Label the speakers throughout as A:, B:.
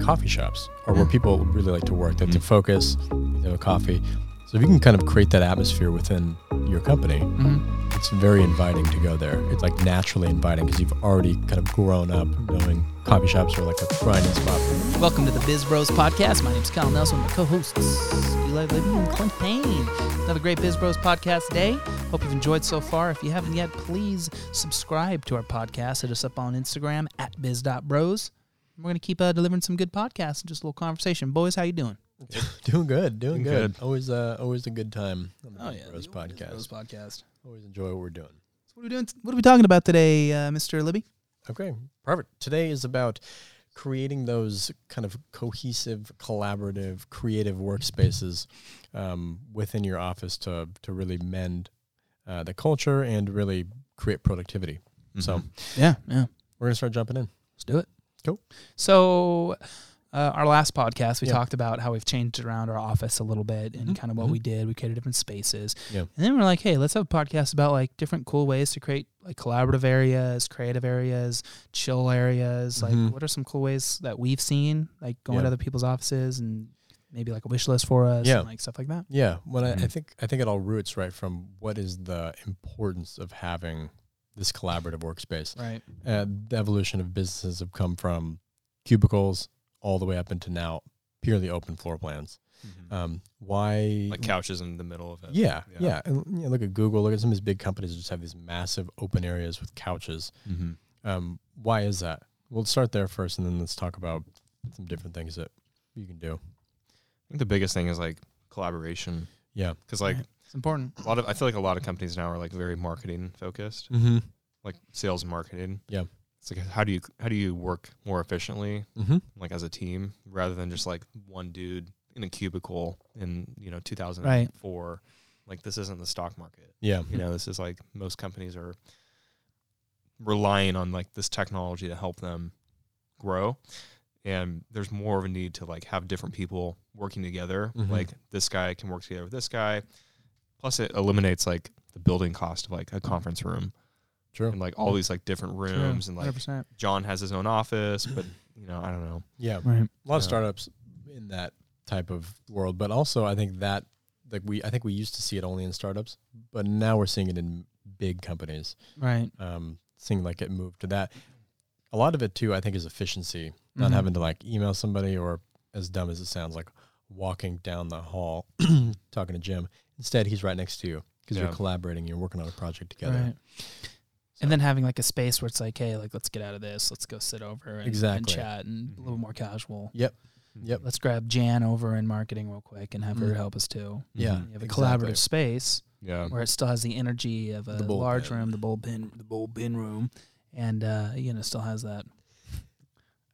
A: coffee shops or where people really like to work. They have to focus, they have a coffee. So if you can kind of create that atmosphere within your company,
B: Mm-hmm.
A: it's very inviting to go there. It's like naturally inviting because you've already kind of grown up knowing coffee shops are like a grinding spot.
B: Welcome to the Biz Bros podcast. My name's Kyle Nelson, my co-hosts Eli Libby and Clint Payne. Another great Biz Bros podcast today. Hope you've enjoyed so far. If you haven't yet, please subscribe to our podcast. Hit us up on Instagram at biz.bros. We're going to keep uh, delivering some good podcasts and just a little conversation. Boys, how you doing?
A: Doing good, doing,
C: Doing
A: good.
C: good.
A: Always, uh, always a good time on the Biz Bros podcast.
B: Bros podcast.
A: Always enjoy what we're doing.
B: So what are we doing? What are we talking about today, uh, Mr. Libby?
A: Okay, perfect. Today is about creating those kind of cohesive, collaborative, creative workspaces um, within your office to to really mend uh, the culture and really create productivity. So
B: Yeah, yeah.
A: we're gonna start jumping in.
B: Let's do it.
A: Cool.
B: So, uh, our last podcast, we
A: Yeah.
B: talked about how we've changed around our office a little bit and
A: Mhm.
B: kind of what we did. We created different spaces.
A: Yeah.
B: And then we're like, hey, let's have a podcast about like different cool ways to create like collaborative areas, creative areas, chill areas.
A: Mhm.
B: Like, what are some cool ways that we've seen, like going
A: Yeah.
B: to other people's offices and maybe like a wish list for us
A: Yeah.
B: and like stuff like that?
A: Yeah, well, I, I
C: Mhm.
A: think I think it all roots right from what is the importance of having this collaborative workspace.
B: Right.
A: uh, the evolution of businesses have come from cubicles all the way up into now purely open floor plans. Um, why?
C: Mm-hmm. Like couches in the middle of it.
A: mm-hmm. yeah, yeah,
C: yeah.
A: And you know, look at Google. Look at some of these big companies that just have these massive open areas with couches.
C: Mm-hmm.
A: Um, why is that? We'll start there first, and then let's talk about some different things that you can do.
C: I think the biggest thing is like collaboration
A: Yeah.
C: because like
B: Right. It's important.
C: a lot of I feel like a lot of companies now are like very marketing focused,
A: Mm-hmm.
C: like sales and marketing.
A: Yeah.
C: It's like how do you how do you work more efficiently
A: Mm-hmm.
C: like as a team rather than just like one dude in a cubicle in you know 2004 like this isn't the stock market
A: Yeah.
C: you know this is like most companies are relying on like this technology to help them grow and there's more of a need to like have different people working together
A: Mhm.
C: like this guy can work together with this guy plus it eliminates like the building cost of like a conference room
A: True.
C: and like all these like different rooms and like
B: 100%.
C: john has his own office but you know i don't know
A: Yeah.
B: Right.
A: a lot of
C: Yeah.
A: startups in that type of world but also i think that like we i think we used to see it only in startups but now we're seeing it in big companies
B: Right.
A: um seeing like it moved to that a lot of it too i think is efficiency not
B: Mhm.
A: having to like email somebody or as dumb as it sounds like walking down the hall talking to jim instead he's right next to you because you're
C: Yeah.
A: collaborating you're working on a project together
B: Right. And then having like a space where it's like, hey, like let's get out of this, let's go sit over and, and
A: Exactly. Mm-hmm.
B: chat and a little more casual.
A: yep yep
B: Let's grab Jan over in marketing real quick and have her
A: Mhm.
B: help us too.
A: yeah
B: You have a
A: exactly. Um,
B: collaborative space
C: Mm-hmm. yeah
B: where it still has the energy of a
A: The bullpen.
B: large room, the bullpen, the bullpen room, and uh, you know still has that.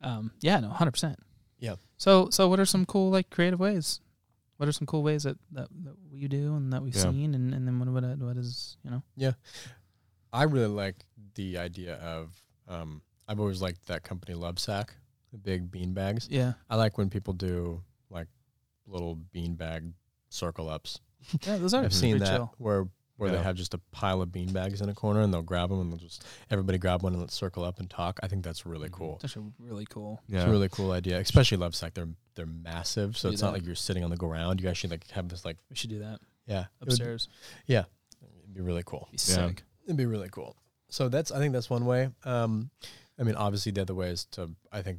B: Um, yeah, no, hundred percent.
A: Yeah.
B: So, so what are some cool like creative ways? What are some cool ways that that, that you do and that we've
C: Yeah.
B: seen, and, and then what what what is you know?
A: I really like the idea of. Um, I've always liked that company Lovesack, the big bean bags.
B: Yeah.
A: I like when people do like little bean bag circle ups.
B: Yeah, those are
A: I've seen
B: pretty
A: that
B: chill.
A: where where they
C: Yeah.
A: have just a pile of bean bags in a corner and they'll grab them and they'll just everybody grab one and let's circle up and talk. I think that's really
C: Mhm.
A: cool.
B: That's actually really cool.
A: It's
C: yeah
A: a really cool idea, especially Lovesack. They're they're massive, so
B: Do
A: it's not
B: that.
A: like you're sitting on the ground. You actually like have this like
B: We should do that
A: yeah it would-
B: upstairs.
A: it'd be really cool.
B: Be sick.
A: It'd be really cool. So that's I think that's one way. Um, I mean, obviously the other way is to I think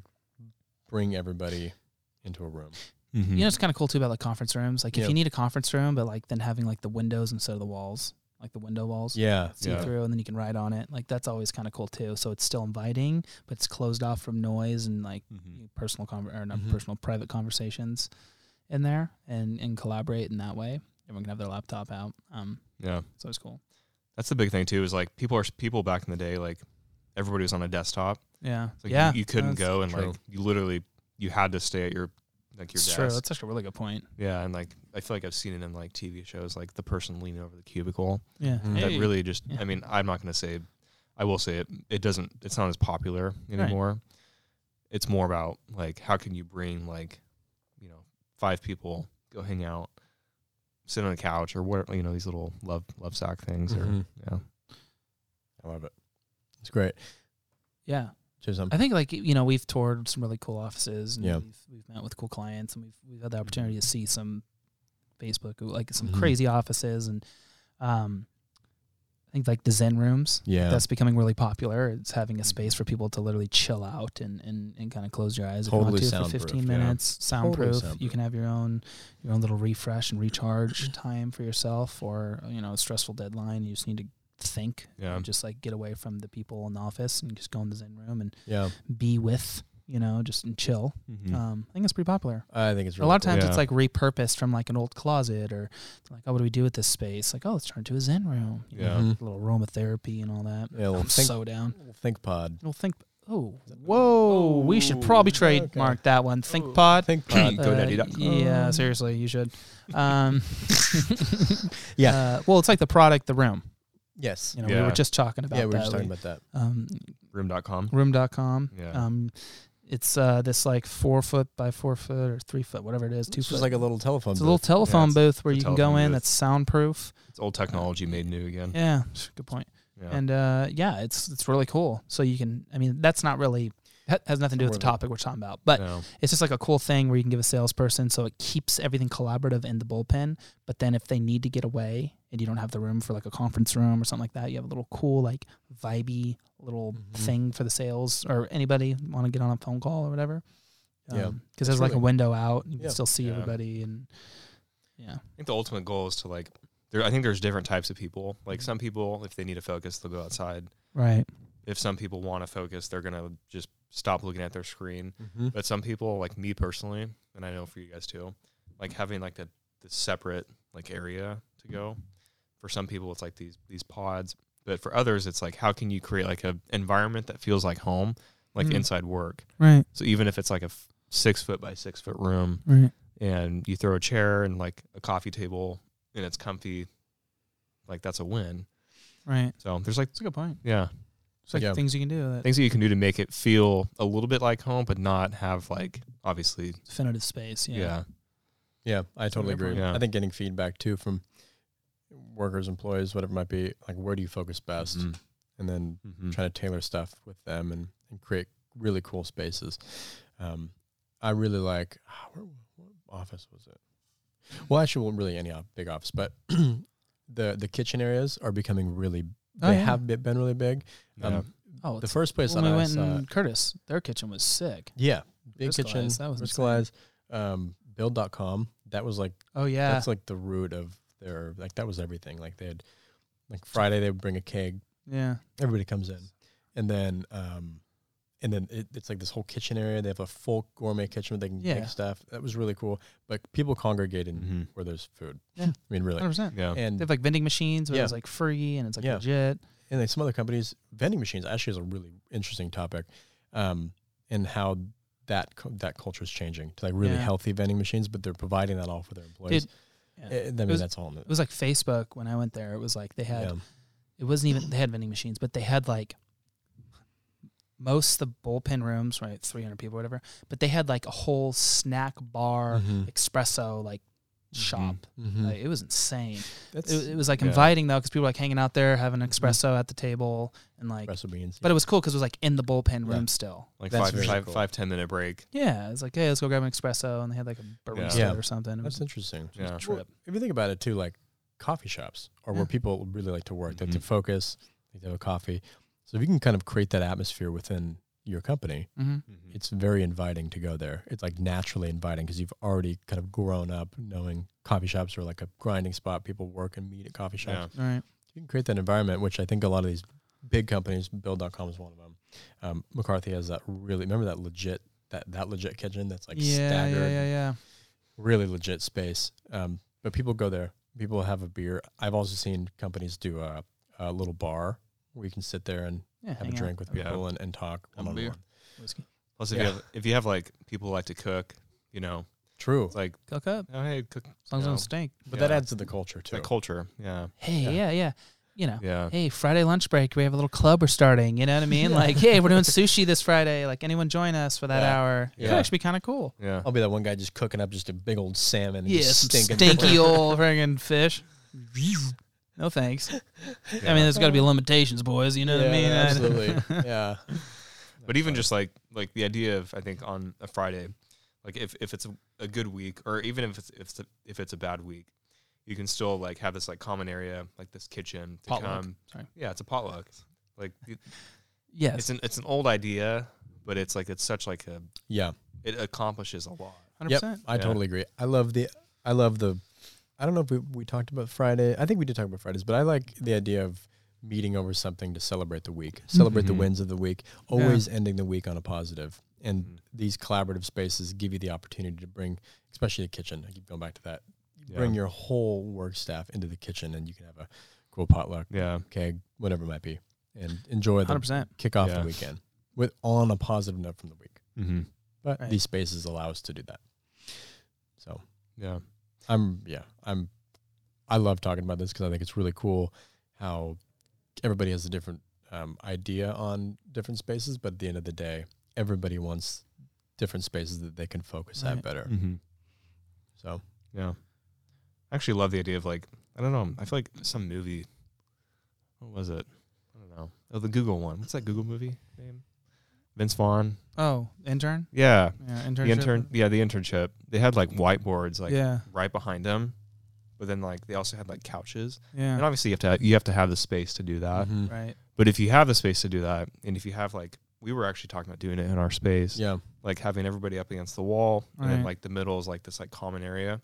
A: bring everybody into a room.
C: Mhm.
B: You know, it's kind of cool too about like conference rooms. Like, if
A: Yeah.
B: you need a conference room, but like then having like the windows instead of the walls, like the window walls,
A: Yeah,
B: see
C: yeah.
B: through, and then you can ride on it. Like, that's always kind of cool too. So it's still inviting, but it's closed off from noise and like
A: Mm-hmm.
C: Mhm.
B: personal conver- or not
C: Mm-hmm.
A: Mhm.
B: personal private conversations in there, and and collaborate in that way. Everyone can have their laptop out. Um,
C: yeah
B: it's always cool.
C: that's the big thing too is like people are people back in the day like everybody was on a desktop
B: Yeah,
C: It's like
B: yeah.
C: you, you couldn't
B: that's-
C: go and
A: true.
C: like you literally you had to stay at your like your
B: It's
C: desk
B: true. That's actually a really good point.
C: yeah and like i feel like i've seen it in like tv shows like the person leaning over the cubicle
B: Yeah,
A: Mhm.
C: that really just
B: Yeah.
C: i mean i'm not going to say i will say it it doesn't it's not as popular
B: Right.
C: anymore it's more about like how can you bring like you know five people go hang out sit on a couch or what you know these little love love
B: Mm-hmm.
C: sack things or
A: Mhm.
C: yeah
A: I love it. It's great.
B: yeah.
A: to some.
B: I think like you know we've toured some really cool offices. And
A: Yeah.
B: we've, we've met with cool clients, and we've we've had the opportunity to see some Facebook like some
A: Mhm.
B: crazy offices, and um, I think like the Zen rooms.
A: Yeah. Mm-hmm.
B: That's becoming really popular. It's having a space for people to literally chill out and, and, and kind of close your eyes
A: Totally
B: if you want to for
A: soundproof,
B: 15
A: yeah.
B: minutes. Soundproof.
A: Totally
B: You can have your own your own little refresh and recharge time for yourself, or you know a stressful deadline. You just need to think
C: Yeah.
B: and just like get away from the people in the office and just go in the Zen room and
A: yeah.
B: be with, you know, just and chill.
C: Mm-hmm.
B: Um, I think it's pretty popular.
A: I think it's really
B: a lot of times
C: Mm. cool.
B: it's
C: Yeah.
B: like repurposed from like an old closet or like, oh, what do we do with this space? Like, oh, let's turn it to a Zen room. you know,
C: Yeah.
A: Mhm.
B: a little aromatherapy and all that.
A: Yeah, a little
B: I'm
A: think-
B: so down.
A: Think pod.
B: Well, think. Oh, whoa! we should probably
A: Ooh,
B: trade
A: okay.
B: mark that one.
A: Ooh.
B: Think pod.
A: Think pod.
C: Uh, GoDaddy.com.
B: yeah, seriously, you should. Um,
A: Yeah.
B: uh, well, it's like the product, the room.
A: yes.
B: You know, we
C: Yeah.
B: were just talking about
A: yeah, we were
B: that.
A: just talking about that.
B: um,
C: Room.com.
B: room.com.
C: Yeah.
B: Um, it's uh, this like four foot by four foot or three foot, whatever it is, two
A: It's
B: foot.
A: just like a little telephone.
B: it's a little
A: booth.
B: telephone
C: it's
B: booth where
C: a
B: you can go
C: telephone
B: in
C: booth.
B: that's soundproof.
C: It's old technology made new again.
B: uh, Yeah, good point.
C: Yeah.
B: And uh, yeah, it's it's really cool. So you can, I mean, that's not really ha- has nothing to do with the
A: Worth it.
B: topic we're talking about, but
C: Yeah.
B: it's just like a cool thing where you can give a salesperson so it keeps everything collaborative in the bullpen but then if they need to get away and you don't have the room for like a conference room or something like that you have a little cool like vibey little
A: Mhm.
B: thing for the sales or anybody want to get on a phone call or whatever
A: Yeah.
B: because
A: That's
B: there's like a
A: really-
B: window out and you
A: Yeah.
B: can still see
C: Yeah.
B: everybody and yeah
C: I think the ultimate goal is to like. There, I think there's different types of people. Like some people, if they need to focus, they'll go outside.
B: right
C: If some people want to focus, they're gonna just stop looking at their screen.
A: Mhm.
C: But some people, like me personally, and I know for you guys too, like having like the, the separate like area to go. For some people, it's like these these pods, but for others, it's like how can you create like a environment that feels like home, like
B: Mm.
C: inside work.
B: right
C: So even if it's like a f- six foot by six foot room,
B: right
C: and you throw a chair and like a coffee table, and it's comfy, like that's a win.
B: right
C: So there's like
B: that's a good point
C: yeah
B: it's like
A: Yeah.
B: things you can do that
C: things that you can do to make it feel a little bit like home, but not have like obviously
B: definitive space yeah,
C: yeah.
A: Yeah, I totally
B: good
A: agree.
C: point. Yeah.
A: I think getting feedback too from workers, employees, whatever it might be, like where do you focus best,
C: Mhm.
A: and then
C: Mhm.
A: trying to tailor stuff with them and, and create really cool spaces. Um, I really like ah, where, what office was it? Well, actually, well, really any off, big office, but the the kitchen areas are becoming really.
B: Oh,
A: they
B: yeah.
A: have be- been really big. Um,
C: Yeah.
B: oh
A: The
B: it's,
A: first place
B: when
A: that
B: we
A: I
B: went
A: saw,
B: in curtis their kitchen was sick
A: yeah, big
B: Driscoll
A: kitchen,
B: Eyes, that was
A: Driscoll
B: insane.
A: Eyes, um, build.com. That was like
B: oh yeah
A: that's like the root of their like that was everything like they had like friday they would bring a keg
B: Yeah.
A: everybody comes in and then um and then it, it's like this whole kitchen area they have a full gourmet kitchen where they can
B: Yeah.
A: make stuff that was really cool but people congregate in
C: Mhm.
A: where there's food
B: Yeah.
A: i mean really
B: 100%.
C: Yeah.
B: They
A: and
B: have like vending machines where
A: Yeah.
B: it's like free and it's like
A: Yeah.
B: legit.
A: and then some other companies vending machines actually is a really interesting topic um and how that cu- that culture is changing to like really
B: Yeah.
A: healthy vending machines but they're providing that all for their employees
B: Yeah.
A: Eh, i mean
B: was-
A: that's all in it.
B: It was like Facebook when I went there. It was like they had,
A: yeah
B: it wasn't even, they had vending machines, but they had like most the bullpen rooms, right? 300 people, whatever. But they had like a whole snack bar,
A: Mhm.
B: espresso, like shop.
A: Mhm.
B: Like, it was insane.
A: that's
B: It, it was like
C: Yeah.
B: inviting though, because people were like hanging out there having
A: Mm-hmm.
B: an espresso at the table and like,
A: espresso beans
B: but it was cool because it was like in the bullpen
A: Yeah.
B: room still.
C: like
A: That's
C: five
A: very
C: five-
A: cool.
C: five, 10 minute break.
B: Yeah, it's like, hey, let's go grab an espresso, and they had like a barista
A: Yeah.
B: or something. It was um,
A: That's interesting.
C: Yeah.
B: a trip.
A: If you think about it too, like coffee shops are
B: Yeah. Mm-hmm.
A: where people really like to work. They have
C: Mhm.
A: to focus, they have to have a coffee. So if you can kind of create that atmosphere within your company,
B: Mm-hmm.
A: it's very inviting to go there. It's like naturally inviting because you've already kind of grown up knowing coffee shops are like a grinding spot. People work and meet at coffee shops.
C: Yeah.
B: All right.
A: You can create that environment, which I think a lot of these big companies, Build.com is one of them. Um, McCarthy has that really, remember that legit, that, that legit kitchen that's like
B: yeah,
A: staggered
B: yeah, yeah, yeah.
A: really legit space. Um, but people go there. People have a beer. I've also seen companies do a, a little bar where you can sit there and
B: Yeah,
A: have
B: hang
A: a
B: out.
A: drink with
C: Yeah.
A: people and, and talk
B: Have
A: one
B: a
A: on
B: beer.
A: one.
B: Whiskey.
C: Plus, if,
A: Yeah.
C: you have, if you have like people who like to cook, you know,
A: True,
C: it's like,
B: Cook up.
C: oh, hey, cook.
B: As long as it
C: you know,
B: don't stink.
A: but that
C: yeah.
A: adds to the culture
C: it's
A: too.
C: like culture. Yeah.
B: Hey, yeah,
A: Yeah.
B: yeah. You know.
C: Yeah.
B: Hey, Friday lunch break. We have a little club we're starting. You know what I mean? Like, hey, we're doing sushi this Friday. Like, anyone join us for that
A: Yeah.
B: hour? It could
C: Yeah.
B: actually be kind of cool.
C: Yeah.
A: I'll be that one guy just cooking up just a big old salmon. And
B: Yeah,
A: just
B: some
A: stinking
B: stinky old friggin' fish. No thanks. I mean, there's got to be limitations, boys. You know what I
A: Yeah,
B: mean?
A: absolutely. yeah,
C: But even just like like the idea of I think on a Friday, like if, if it's a, a good week or even if it's if it's a, if it's a bad week, you can still like have this like common area like this kitchen to
B: Potluck.
C: come.
B: Sorry.
C: Yeah, it's a potluck. Like it-
B: Yes.
C: it's an it's an old idea, but it's like it's such like a
A: Yeah.
C: it accomplishes a lot.
B: 100%.
A: Yep. I
C: Yeah.
A: totally agree. I love the. I love the. I don't know if we, we talked about Friday. I think we did talk about Fridays, but I like the idea of meeting over something to celebrate the week, celebrate the
C: Mhm.
A: wins of the week, always ending the week on a positive. And
C: Mhm.
A: these collaborative spaces give you the opportunity to bring, especially the kitchen. I keep going back to that.
C: Mm. Yeah.
A: Bring your whole work staff into the kitchen, and you can have a cool potluck,
C: Yeah.
A: keg, whatever it might be, and enjoy the
B: 100%.
A: kick off
C: Yeah.
A: the weekend with on a positive note from the week.
C: Mm-hmm.
A: But
B: Right.
A: these spaces allow us to do that. So
C: Yeah.
A: I'm yeah I'm I love talking about this because I think it's really cool how everybody has a different um, idea on different spaces, but at the end of the day, everybody wants different spaces that they can focus
B: Right.
A: at better.
C: Mm-hmm.
A: So
C: Yeah. I actually love the idea of like I don't know. I feel like some movie. What was it? I don't know. Oh, the Google one. What's that Google movie name? Vince Vaughn.
B: Oh, intern?
C: Yeah,
B: Yeah, internship.
C: the intern. Yeah, the internship. They had like whiteboards like
B: yeah.
C: right behind them, but then like they also had like couches.
B: Yeah. Mm-hmm.
C: And obviously you have to have, you have to have the space to do that.
A: mhm.
B: right.
C: But if you have the space to do that, and if you have like we were actually talking about doing it in our space,
A: yeah,
C: like having everybody up against the wall and
B: Right.
C: then like the middle is like this like common area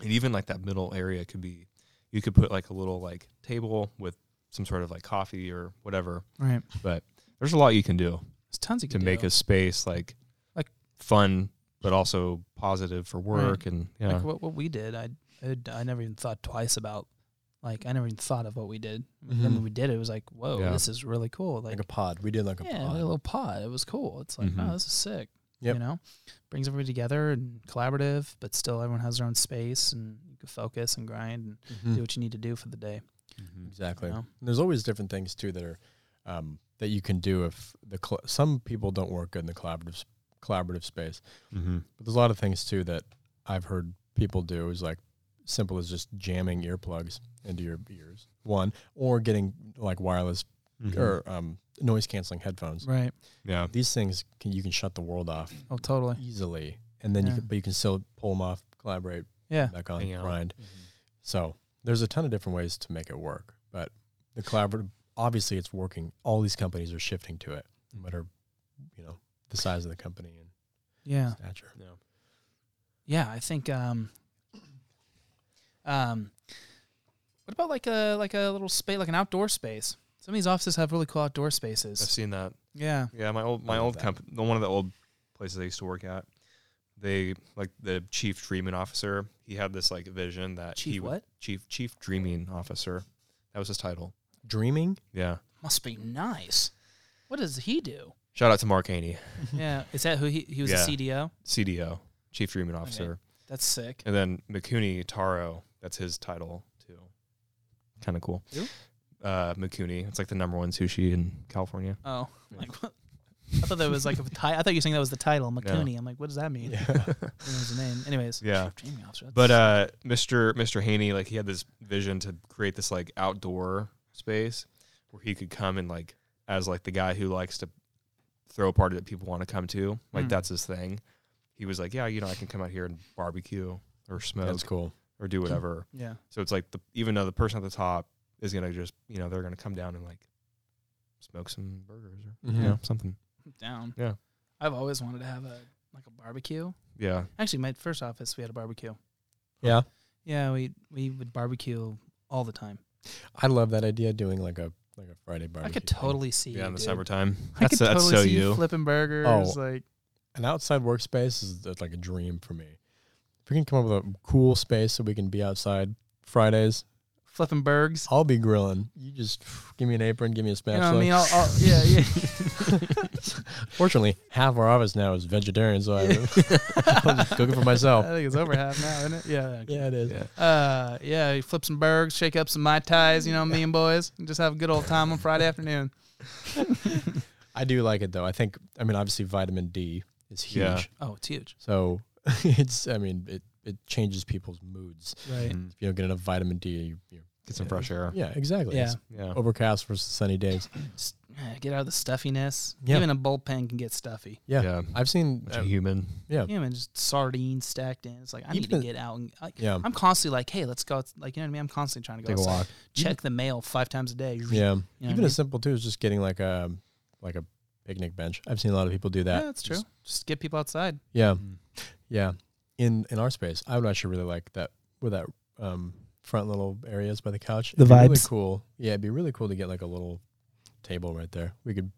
C: and even like that middle area could be you could put like a little like table with some sort of like coffee or whatever
B: Right.
C: but there's a lot you can do
B: There's tons of
C: to make a space like
B: Like-
C: fun but also positive for work and yeah
B: Like what, what we did, I, I I never even thought twice about. Like I never even thought of what we did. And then
A: Mhm.
B: when we did it, it was like, whoa,
C: Yeah.
B: this is really cool. Like,
A: like a pod. We did like a
B: yeah, like
A: pod.
B: a little pod. It was cool. It's like,
C: Mhm.
B: oh, this is sick.
A: Yep.
B: You know, brings everybody together and collaborative, but still everyone has their own space and you can focus and grind and
A: Mhm.
B: do what you need to do for the day.
A: Exactly.
B: You know?
A: And there's always different things too that are um, that you can do if the cl- some people don't work good in the collaborative s- collaborative space.
C: mm-hmm.
A: But there's a lot of things too that I've heard people do is like simple as just jamming earplugs into your ears. One or getting like wireless or um, noise canceling headphones.
B: Mm-hmm. Right.
C: yeah
A: These things can you can shut the world off
B: Oh, totally.
A: easily, and then
B: Yeah.
A: you can, but you can still pull them off, collaborate
B: Yeah.
A: back on,
C: Hang out.
A: grind.
C: Mm-hmm.
A: So there's a ton of different ways to make it work, but the collaborative obviously it's working. All these companies are shifting to it, no matter you know the size of the company and
B: Yeah.
A: stature.
C: yeah
B: Yeah, I think. Um, um, what about like a like a little space, like an outdoor space? Some of these offices have really cool outdoor
C: i've
B: spaces.
C: seen that
B: Yeah,
C: Yeah, my old
A: I
C: my
A: love
C: old
A: that.
C: company, the one of the old places I used to work at, they like the chief dreaming officer. He had this like vision that he
B: chief.
C: would-
B: What
C: chief chief dreaming officer. That was his title.
A: Dreaming
C: Yeah.
B: must be nice. What does he do?
C: Shout out to Mark Haney,
B: yeah, is that who he he was
C: Yeah.
B: the CDO?
C: CDO, chief dreaming officer,
B: That's sick.
C: and then Makuni Taro. That's his title too. Kind of cool.
B: Who?
C: Uh, Makuni. It's like the number one sushi in California.
B: Oh, like what? I thought that was like a ti- I thought you were saying that was the title, Makuni. I'm like, what does that mean? Yeah. was the name. Anyways,
C: Yeah.
B: Chief Dreaming Officer. that's
C: But uh, Mr. Mr. Haney, like he had this vision to create this like outdoor space where he could come and like as like the guy who likes to throw a party that people want to come to, like
B: Hmm.
C: that's his thing. He was like, yeah, you know, I can come out here and barbecue or smoke
A: that's cool.
C: or do whatever.
B: yeah,
C: So it's like the even though the person at the top is gonna just you know they're gonna come down and like smoke some burgers or
A: Mhm.
C: you know something.
B: down.
C: Yeah.
B: I've always wanted to have a like a barbecue.
C: Yeah,
B: Actually, my first office we had a barbecue.
A: Yeah.
B: Yeah, we we would barbecue all the time.
A: I love that idea doing like a like a Friday barbecue.
B: I could
A: thing.
B: totally see
C: yeah,
B: you,
C: in the
B: dude.
C: summertime.
B: I
C: That's
B: could
C: that's
B: totally
C: so
B: see
C: you.
B: flipping burgers.
A: Oh.
B: Like
A: an outside workspace is that's like a dream for me. If we can come up with a cool space so we can be outside Fridays,
B: flipping burgers.
A: I'll be grilling. You just give me an apron, give me a
B: You know
A: spatula.
B: what I mean? I'll, I'll, yeah, yeah.
A: Fortunately, half our office now is vegetarian, so I, I'm just cooking for
B: I
A: myself.
B: think it's over half now, isn't it? Yeah.
A: Yeah, it is.
C: Yeah.
B: Uh, yeah, you flip some burgers, shake up some Mai Tais, you know, me and boys, and just have a good old time on Friday afternoon.
A: I do like it though. I think I mean obviously vitamin D is huge.
C: Yeah.
B: Oh, it's huge.
A: So it's I mean it it changes people's moods.
B: Right.
C: Mhm.
A: If you don't get enough vitamin D, you, you
C: Get some
A: Yeah. Oh,
C: fresh air.
A: yeah exactly.
B: Yeah.
A: It's
C: Yeah.
A: overcast versus sunny days.
B: Just, Yeah, Get out of the stuffiness.
A: Yeah.
B: Even a bullpen can get stuffy.
A: Yeah. I've seen.
C: Bunch
A: uh,
C: of human.
A: yeah.
B: You know, man, just sardines stacked in. It's like I need to
A: Even-
B: get out and like,
A: Yeah.
B: I'm constantly like, hey, let's go. Like you know what I mean? I'm constantly trying to go
A: Take a
B: outside.
A: walk.
B: check the mail five times a day.
A: Yeah.
B: You know what I
A: Even
B: mean?
A: as simple too as just getting like a like a picnic bench. I've seen a lot of people do
B: yeah,
A: that.
B: that's true.
A: Just-
B: Just get people outside.
A: yeah.
C: Mm.
A: Yeah. In in our space, I would actually really like that with that um front little areas by the couch.
B: The
A: It'd be really
B: vibes.
A: cool. Yeah, it'd be really cool to get like a little table right there. We could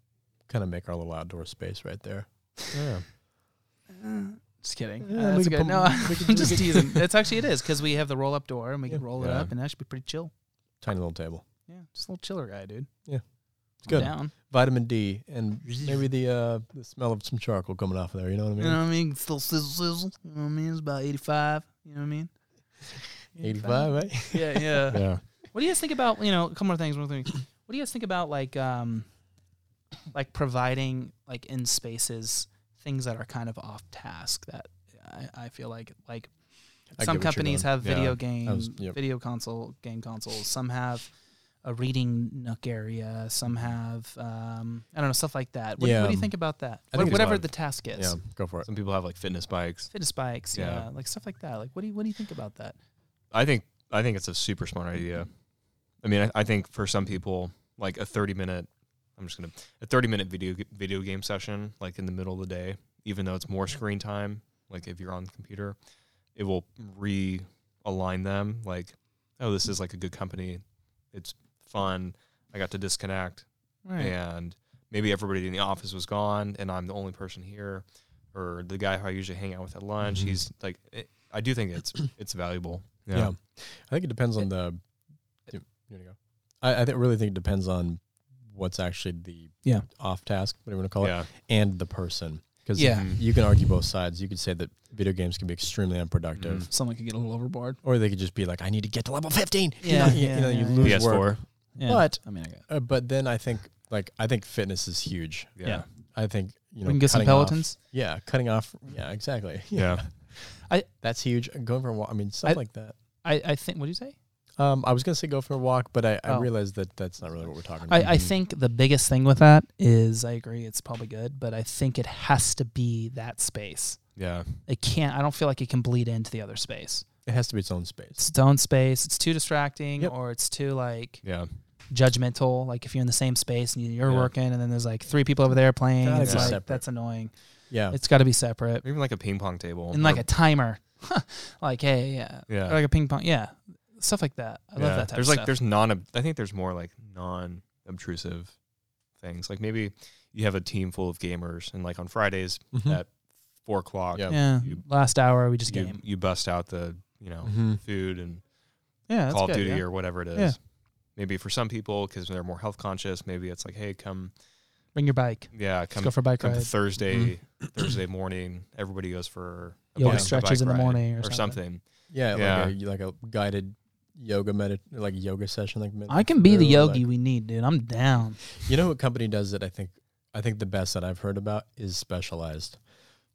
A: kind of make our little outdoor space right there. Yeah.
B: Just kidding.
A: Yeah,
B: Uh,
A: we
B: that's
A: could
B: good.
A: put-
B: No,
A: we could
B: I'm
A: do-
B: just
A: we could-
B: teasing. That's actually it is because we have the roll up door and we can
A: Yeah.
B: roll it
A: Yeah.
B: up and that should be pretty chill.
A: Tiny little table.
B: Yeah, just a little chiller guy, dude.
A: Yeah.
B: It's
A: good.
B: Down.
A: Vitamin D and maybe the uh the smell of some charcoal coming off of there, you know what I
B: You
A: mean?
B: know what I mean? It's a little sizzle, sizzle. You know what I mean? It's about 85. You know what I mean?
A: 85, right?
B: Yeah, yeah.
C: Yeah.
B: What do you guys think about you know? A couple more things. One thing. What do you guys think about like um, like providing like in spaces things that are kind of off task that I, I feel like like
A: I
B: some
A: get what you're
B: companies
A: going.
B: have
C: Yeah.
B: video game
A: I was- yep.
B: video console game consoles. Some have a reading nook area. Some have um, I don't know stuff like that. What, do- what do you
A: Yeah.
B: think about that?
A: I think
B: Wh-
A: there's a
B: whatever
A: lot of-
B: the task is.
A: Yeah, go for it.
C: Some people have like fitness bikes.
B: Fitness bikes, yeah.
C: Yeah.
B: like stuff like that. Like, what do you what do you think about that?
C: I think I think it's a super smart idea. I mean, I, I think for some people, like a thirty minute, I'm just gonna a thirty minute video g- video game session, like in the middle of the day, even though it's more screen time, like if you're on the computer, it will realign them. Like, oh, this is like a good company. It's fun. I got to disconnect, and maybe everybody in the office was gone, and I'm the only person here, or the guy who I usually hang out with at lunch.
B: Mm-hmm.
A: Mhm.
C: He's like, it, I do think it's it's valuable.
A: Yeah. I think it depends on the. You wanna go? I, I think really think it depends on what's actually the
B: Yeah.
A: off task, whatever you want to call it,
C: yeah.
A: and the person. Because
B: Yeah.
A: you can argue both sides. You could say that video games can be extremely unproductive,
B: Someone could get a little overboard.
A: or they could just be like, "I need to get to level 15.
B: Yeah,
A: you know, you-
B: yeah,
A: you, know, you
B: yeah.
A: lose
C: PS4.
A: work.
B: Yeah.
A: But-
B: I mean, I got
A: Uh, but then I think like I think fitness is huge.
C: Yeah.
B: Yeah.
A: I think you know
B: we can get some
A: cutting off-
B: pelotons.
A: yeah, cutting off. Yeah, exactly.
C: Yeah.
B: I-
A: that's huge. Going for a walk. I mean, stuff
B: I-
A: like that.
B: I, I think. What do you say?
A: Um, I was gonna say go for a walk, but I, I
B: Oh.
A: realized that that's not really what we're talking about. Mm-hmm.
C: Mm-hmm.
B: I, I think the biggest thing with that is I agree it's probably good, but I think it has to be that space.
C: Yeah.
B: It can't. I don't feel like it can bleed into the other space.
A: It has to be its own space.
B: It's its own space. It's too distracting,
A: Yep.
B: or it's too like
C: Yeah.
B: judgmental. Like if you're in the same space and you're
C: Yeah.
B: working, and then there's like three people over there playing,
A: Gotta
B: it's
C: be
B: like
A: separate.
B: that's annoying.
A: Yeah.
B: It's got to be separate
C: Or even like a ping pong table.
B: and like
C: or-
B: a timer, like hey yeah,
C: yeah.
B: Or like a ping pong yeah, stuff like that. I
C: Yeah.
B: love that type
C: There's
B: of
C: like
B: stuff.
C: there's non. I think there's more like non obtrusive things. Like maybe you have a team full of gamers, and like on Fridays
A: Mhm.
C: at four o'clock,
A: Yeah.
B: Hmm. yeah.
C: you-
B: Last hour we just
C: you,
B: game. Mm-hmm.
C: you bust out the you know
A: Mhm.
C: food and
B: Yeah, that's
C: Call
B: good,
C: of Duty
B: yeah.
C: or whatever it is.
B: Yeah.
C: Maybe for some people, because they're more health conscious, maybe it's like, hey, come,
B: Bring your bike.
C: yeah,
B: Let's
C: come,
B: go for a bike
C: come
B: ride. Mm-hmm.
C: Thursday, Thursday morning. Everybody goes for a
B: Yoga
C: bike, a
B: stretches
C: bike
B: in the
C: ride
B: morning or
C: or
B: something.
C: something.
A: Yeah,
C: Yeah.
A: Like, a, like a guided yoga medit like yoga session like
B: I can be the
A: through, like-
B: yogi we need, dude. I'm down.
A: you know what company does that I think I think the best that I've heard about is Specialized.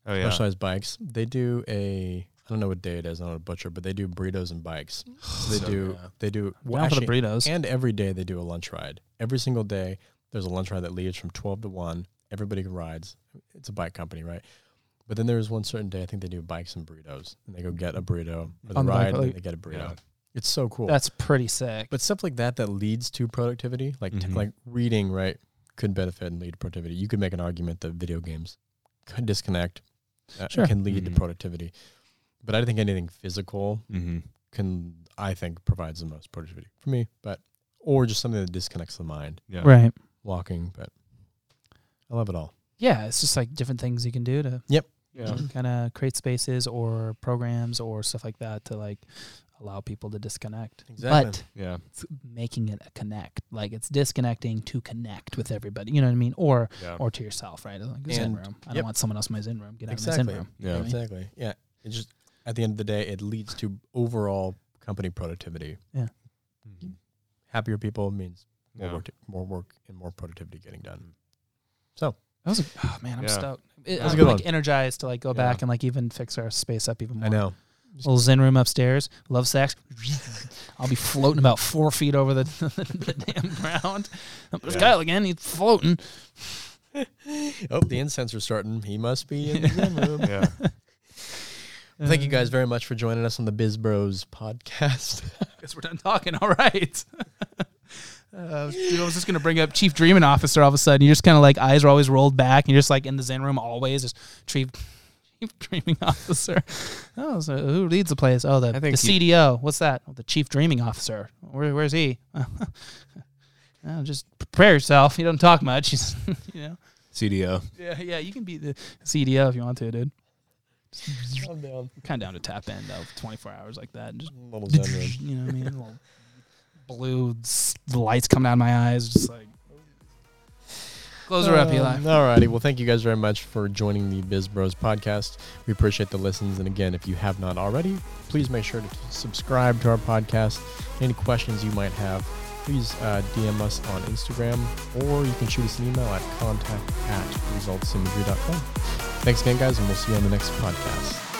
C: Oh yeah,
A: Specialized bikes. They do a I don't know what day it is, I'm not a butcher, but they do burritos and bikes. So they
C: So
A: do
C: good.
A: they do well,
B: down for the
A: actually,
B: burritos.
A: and every day they do a lunch ride. Every single day there's a lunch ride that leaves from twelve to one. Everybody rides. It's a bike company, right? But then there's one certain day I think they do bikes and burritos, and they go get a burrito or they
B: On the bike,
A: ride and then
B: like-
A: they get a burrito.
C: Yeah.
A: It's so cool.
B: That's pretty sick.
A: but stuff like that that leads to productivity, like t-
B: Mm-hmm.
C: Mhm.
A: like reading, right, could benefit and lead to productivity. You could make an argument that video games could disconnect, uh,
B: Sure. Mm-hmm.
A: can lead
C: Mhm.
A: to productivity. But I don't think anything physical
C: Mm-hmm.
A: can, I think, provides the most productivity for me. But or just something that disconnects the mind,
C: Yeah.
B: Right.
A: walking. But I love it all.
B: Yeah, it's just like different things you can do to
C: Yeah.
B: kind of create spaces or programs or stuff like that to like allow people to disconnect. But
C: Yeah.
B: it's making it a connect. Like it's disconnecting to connect with everybody. You know what I mean? Or
C: Yeah.
B: or to yourself, right? Like Zen
A: And-
B: room. I don't
A: yep.
B: want someone else in my Zen room. Get out of my
A: Exactly.
B: Zen room.
C: Yeah.
B: Right.
A: exactly. Yeah. It just at the end of the day, it leads to overall company productivity. Happier people means more
C: Mm-hmm. Yeah.
A: work, more work, and more productivity getting done.
B: That was a, oh man, I'm
C: Yeah.
B: stoked. It,
A: was a
B: I'm
A: good
B: like
A: one.
B: energized to like go
C: Yeah.
B: back and like even fix our space up even more.
A: I know.
B: Little Zen room upstairs. Love sex. I'll be floating about four feet over the, the damn ground. There's Kyle again. He's floating.
A: Oh, the incense are starting. He must be in the Zen room.
C: Yeah.
A: Thank you guys very much for joining us on the Biz Bros podcast.
B: Guess we're done talking. All right. Uh, dude, I was just gonna bring up Chief Dreaming Officer. All of a sudden, you're just kind of like eyes are always rolled back, and you're just like in the Zen room always. Just Chief, Chief Dreaming Officer. Oh, so who leads the place? Oh, the,
C: I
B: the
C: think he-
B: CDO. What's that? the Chief Dreaming Officer. Where, where's he? Oh, just prepare yourself. You don't talk much. you know.
C: CDO.
B: Yeah, yeah. You can be the CDO if you want to, dude.
A: Calm down.
B: Kind of down to tap in though, 24 hours like that, and just
A: Little Zen room.
B: you know what I mean? Little blue s- the lights coming out of my eyes, just like. Uh, Close her up, Eli.
A: Um, alrighty. Well, thank you guys very much for joining the Biz Bros podcast. We appreciate the listens. And again, if you have not already, please make sure to subscribe to our podcast. Any questions you might have, please uh, DM us on Instagram or you can shoot us an email at contact at resultsimagery.com. Thanks again, guys, and we'll see you on the next podcast.